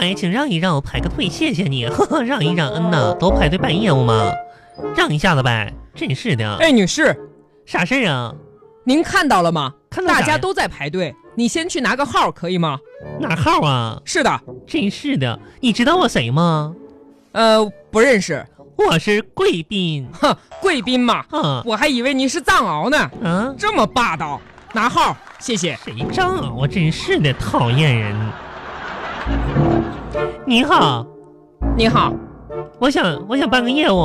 来，请让一让，我排个队，谢谢你。 呵呵，让一让，嗯呐，都排队办业务嘛，让一下子呗，真是的。哎，女士，啥事儿啊？您看到了吗？看到啥呀大家都在排队，你先去拿个号可以吗？哪号啊？是的，真是的，你知道我谁吗？呃，不认识，我是贵宾哼，贵宾嘛，啊我还以为您是藏獒呢，啊！这么霸道，拿号，谢谢。谁账啊？我真是的，讨厌人。你好，你好，我想我想办个业务，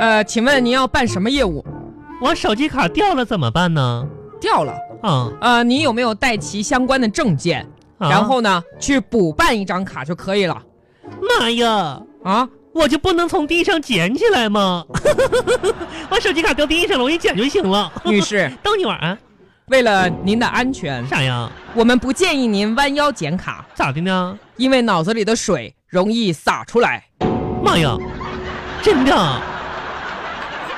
呃，请问您要办什么业务？我手机卡掉了怎么办呢？掉了，啊，呃，您有没有带齐相关的证件？啊然后呢，去补办一张卡就可以了妈呀，啊。我就不能从地上捡起来 吗？我手机卡掉地上了，我一捡就行了。女士，逗你玩儿啊？为了您的安嗯全，啥呀？我们不建议您弯腰捡卡，咋的呢？因为脑子里的水容易洒出来。妈呀，真的？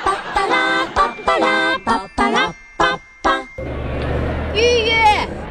巴巴拉巴巴拉巴巴拉巴巴。预约，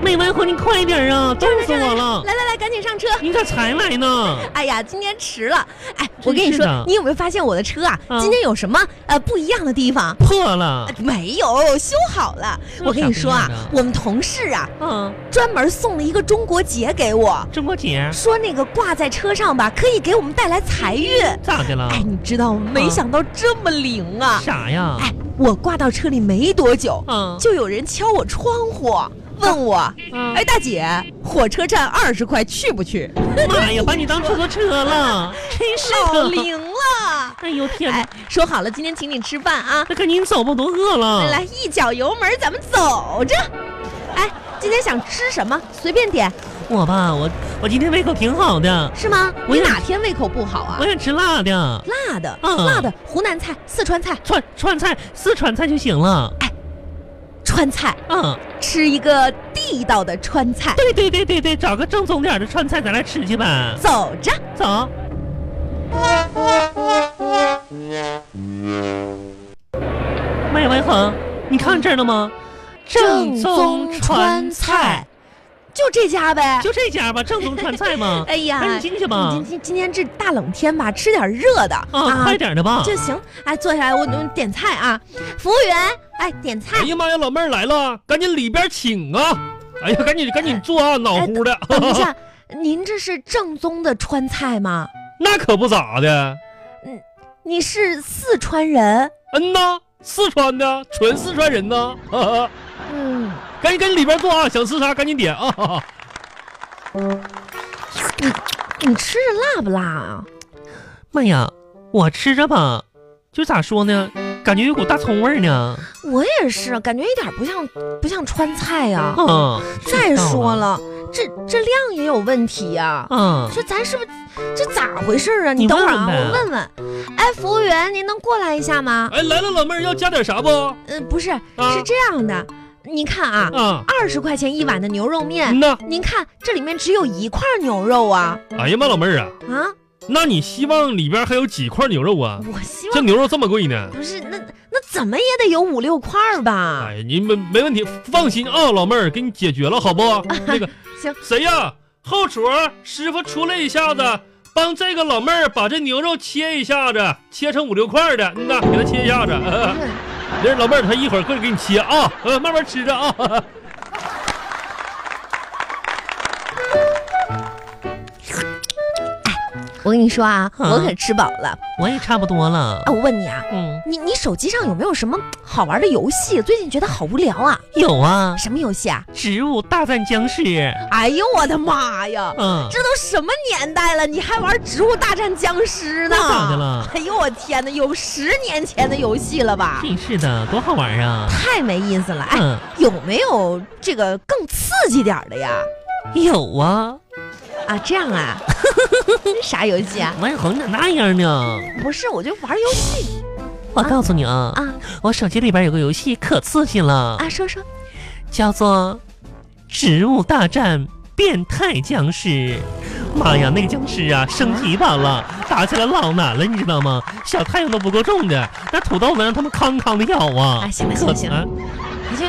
没完活，你快点儿啊！冻死我了！来来来，赶紧上车。你咋才来呢？哎呀，今天迟了。哎，真我跟你是的说，你有没有发现我的车啊？嗯今天有什么呃不一样的地方？破了呃。没有，修好了。这有我跟你说啊啥啊不一样，的我们同事啊，嗯，专门送了一个中国结给我，中国结说那个挂在车上吧，可以给我们带来财运。咋的了？哎，你知道吗？没嗯想到这么灵啊！啥呀？哎，我挂到车里没多久，嗯就有人敲我窗户，问我：“嗯哎，大姐，火车站二十块去不去？妈呀，把你当出租车了，真是啊老的！哎灵了哎呦！”天哎哪，，说好了今天请你吃饭啊，那赶紧走吧，我都饿来来，了。一脚油门，咱们走着。哎，今天想吃什么随便点，我吧，我我今天胃口挺好的，是吗？我你想哪天胃口不好啊我？想吃辣的，辣的，嗯辣的，湖南菜、四川菜、川川菜、四川菜就行了。川菜，嗯，吃一个地道的川菜，对对对对对，找个正宗点儿的川菜，咱俩吃去呗。走着。走。麦文恒，你看这儿了吗？菜，就这家呗。就这家吧，正宗川菜嘛。嗯 哎呀，赶紧进去吧今今今天这大冷天吧，吃点热的啊，快点儿的吧。就行。哎，坐下来，我我点菜啊。服务员，哎，点菜哎。呀妈呀，老妹儿来了，赶紧里边请啊！哎呀，赶紧赶紧坐啊，脑糊的。哎等一下，您这是正宗的川菜吗？那可不咋的，你是四川人？嗯呐，四川的，纯四川 人呐。哈哈嗯，赶紧赶紧里边坐啊，想吃啥赶紧点啊。哈哈你吃着辣不辣啊？妈呀，我吃着吧，就咋说呢，感觉有股大葱味儿呢。我也嗯是，感觉一点不像不像川菜呀、啊，再知道说，了，这这量也有问题呀、啊，这咱是不是这咋回事儿啊？你等会儿啊，问问呗我问问。哎，服务员，您能过来一下吗？哎，来了，老妹儿要加点啥不？呃，不是，是这样的，您看啊，啊，二十块钱一碗的牛肉面，嗯呐。您看这里面只有一块牛肉啊哎呀妈，老妹儿啊，啊！那你希望里边还有几块牛肉啊？我希这望牛肉这么贵呢？不是那那怎么也得有五六块儿吧？哎，你们没问题，放心啊，老妹儿，给你解决了，好不？那个行，谁呀？后厨师傅出来一下子，帮这个老妹儿把这牛肉切一下子，切成五六块儿的，嗯呐，给她切一下子。啊呃嗯这老妹儿她一会儿过来给你切啊，呃，慢慢吃着啊。我跟你说啊，啊我可吃饱了。我也差不多了哎，。我问你啊，嗯，你你手机上有没有什么好玩的游戏？最近觉得好无聊啊！有啊，什么游戏啊？植物大战僵尸。哎呦我的妈呀！嗯，这都什么年代了，你还玩《植物大战僵尸》呢？那咋的了哎呦我天哪，有十年前的游戏了吧？真是的，多好玩啊！太没意思了。哎，嗯，有没有这个更刺激点儿的呀？有啊，啊，这样啊？ 啥游戏啊？万红咋那样呢？不是，我就玩游戏我告诉你啊，啊我手机里边有个游戏可刺激了，啊！说说，叫做《植物大战变态僵尸》。妈呀，那个僵尸啊，升级版了，打起来老难了，你知道吗？小太阳都不够重的，那土豆能让他们康康的咬啊哎，！行了行可了行了，啊你就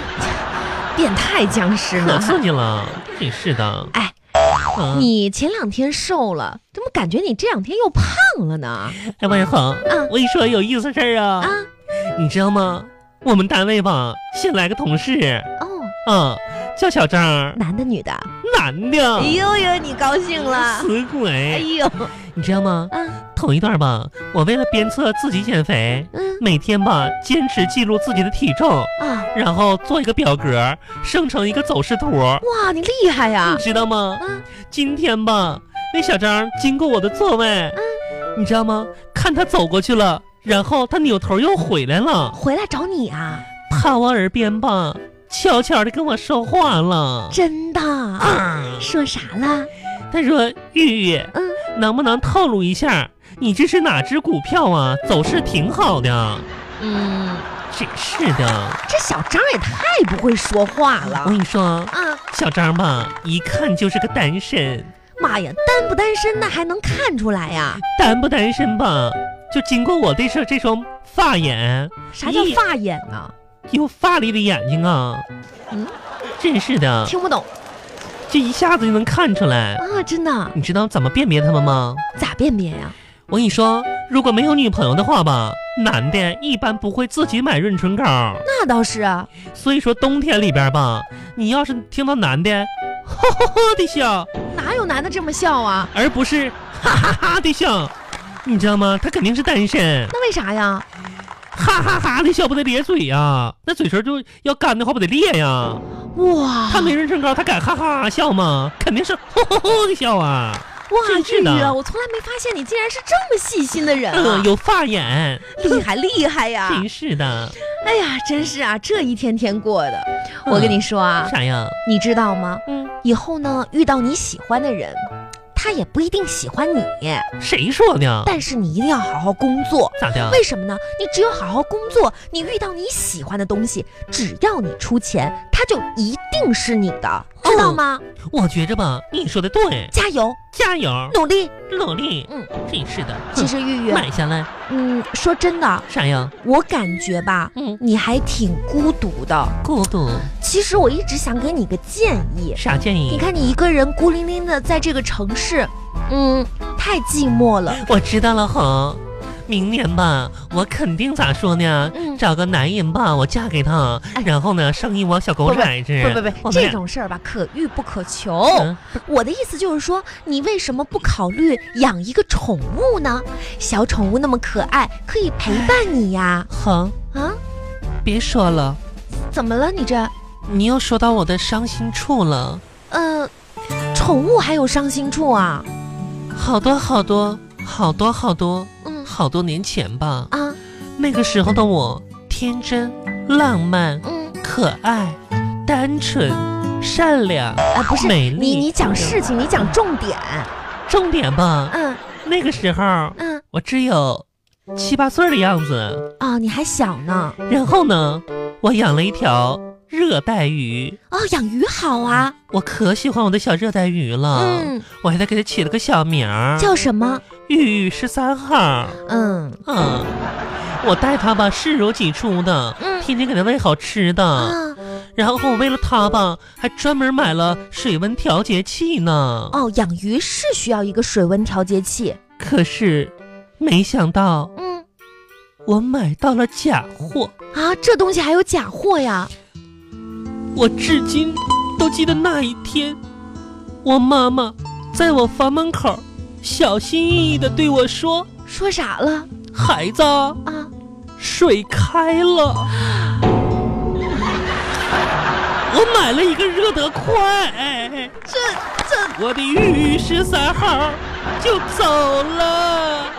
变态僵尸可呢？刺激了，真是的。哎，啊， 你前两天瘦了，怎么感觉你这两天又胖了呢？哎，王小红，嗯我跟你说有意思事儿啊，啊，你知道吗？我们单位吧，新来个同事，哦，啊，叫小张，男的女的？男的哎，呦呦，你高兴了？死哎鬼，呦，你知道吗？嗯头一段吧，我为了鞭策自己减肥，嗯每天吧坚持记录自己的体重，啊，然后做一个表格，生成一个走势图，哇，你厉害呀你！知道吗？啊，今天吧，那小张经过我的座位，你知道吗？看他走过去了，然后他扭头又回来了，回来找你啊，趴我耳边吧，悄悄的跟我说话了。真的？啊说啥了？他说：“玉玉，嗯，能不能透露一下，你这是哪只股票啊？走势挺好的。嗯，”真是的，这小张也太不会说话我了跟你说，啊！小张吧，一看就是个单身，妈呀，单不单身那还能看出来呀？单不单身吧，就经过我这双这双发眼，啥叫发眼啊呢？有发力的眼睛啊，嗯，真是的，听不懂这一下子就能看出来。啊！真的？你知道怎么辨别他们吗？咋辨别呀？我跟你说，如果没有女朋友的话吧，男的一般不会自己买润唇膏。那倒是啊，所以说冬天里边吧，你要是听到男的 呵呵呵的笑，哪有男的这么笑啊？而不是 哈哈哈的笑，你知道吗？他肯定是单身，那为啥呀？哈哈哈的笑不得咧嘴呀、那嘴唇就要干的话不得裂呀、哇，他没人身高，他敢哈哈笑吗？肯定是呵呵呵的笑啊。哇，真是玉玉的啊，我从来没发现你竟然是这么细心的人啊嗯，！有发眼，厉害厉害呀！真是的。哎呀，真是啊，这一天天过的。我跟你说啊，啥呀？你知道吗？嗯，以后呢，遇到你喜欢的人，他也不一定喜欢你，谁说的？但是你一定要好好工作。咋的？为什么呢？你只有好好工作，你遇到你喜欢的东西，只要你出钱，它就一定是你的，哦知道吗？我觉着吧，你说的对，加油，加油，努力。努力。嗯，真是的。其实啊玉玉，买下来嗯，说真的，啥呀？我感觉吧，嗯，你还挺孤独的。孤独其实我一直想给你个建议，啥建议？你，看你一个人孤零零的在这个城市，嗯，太寂寞了。我知道了，红。明年吧，我肯定咋说呢？嗯找个男人吧，我嫁给他，哎然后呢，生一窝小狗崽子。不不我不，们这俩种事儿吧，可遇不可求。嗯我的意思就是说，你为什么不考虑养一个宠物呢？小宠物那么可爱，可以陪伴你呀。红，啊，别说了，怎么了你这？你又说到我的伤心处了，呃，宠物还有伤心处啊？好多好多好多好多嗯好多年前吧，啊那个时候的我天真、浪漫、嗯可爱、单纯、善良、啊，不是，美丽。你你讲事情，你讲重点。重点吧，嗯那个时候嗯我只有七八岁的样子。啊，你还小呢。然后呢，我养了一条热带鱼，哦，养鱼好啊。我可喜欢我的小热带鱼了。嗯，我还得给它起了个小名儿，叫什么？玉玉十三号。嗯。嗯，我带它吧，视如己出的，嗯天天给它喂好吃的。啊然后我为了它吧，还专门买了水温调节器呢。哦，养鱼是需要一个水温调节器。可是，没想到嗯我买到了假货。啊，这东西还有假货呀！我至今都记得那一天，我妈妈在我房门口小心翼翼地对我说说啥了：“孩子，啊？水开 了。”我买了一个热得快，这这我的玉玉十三号就走了。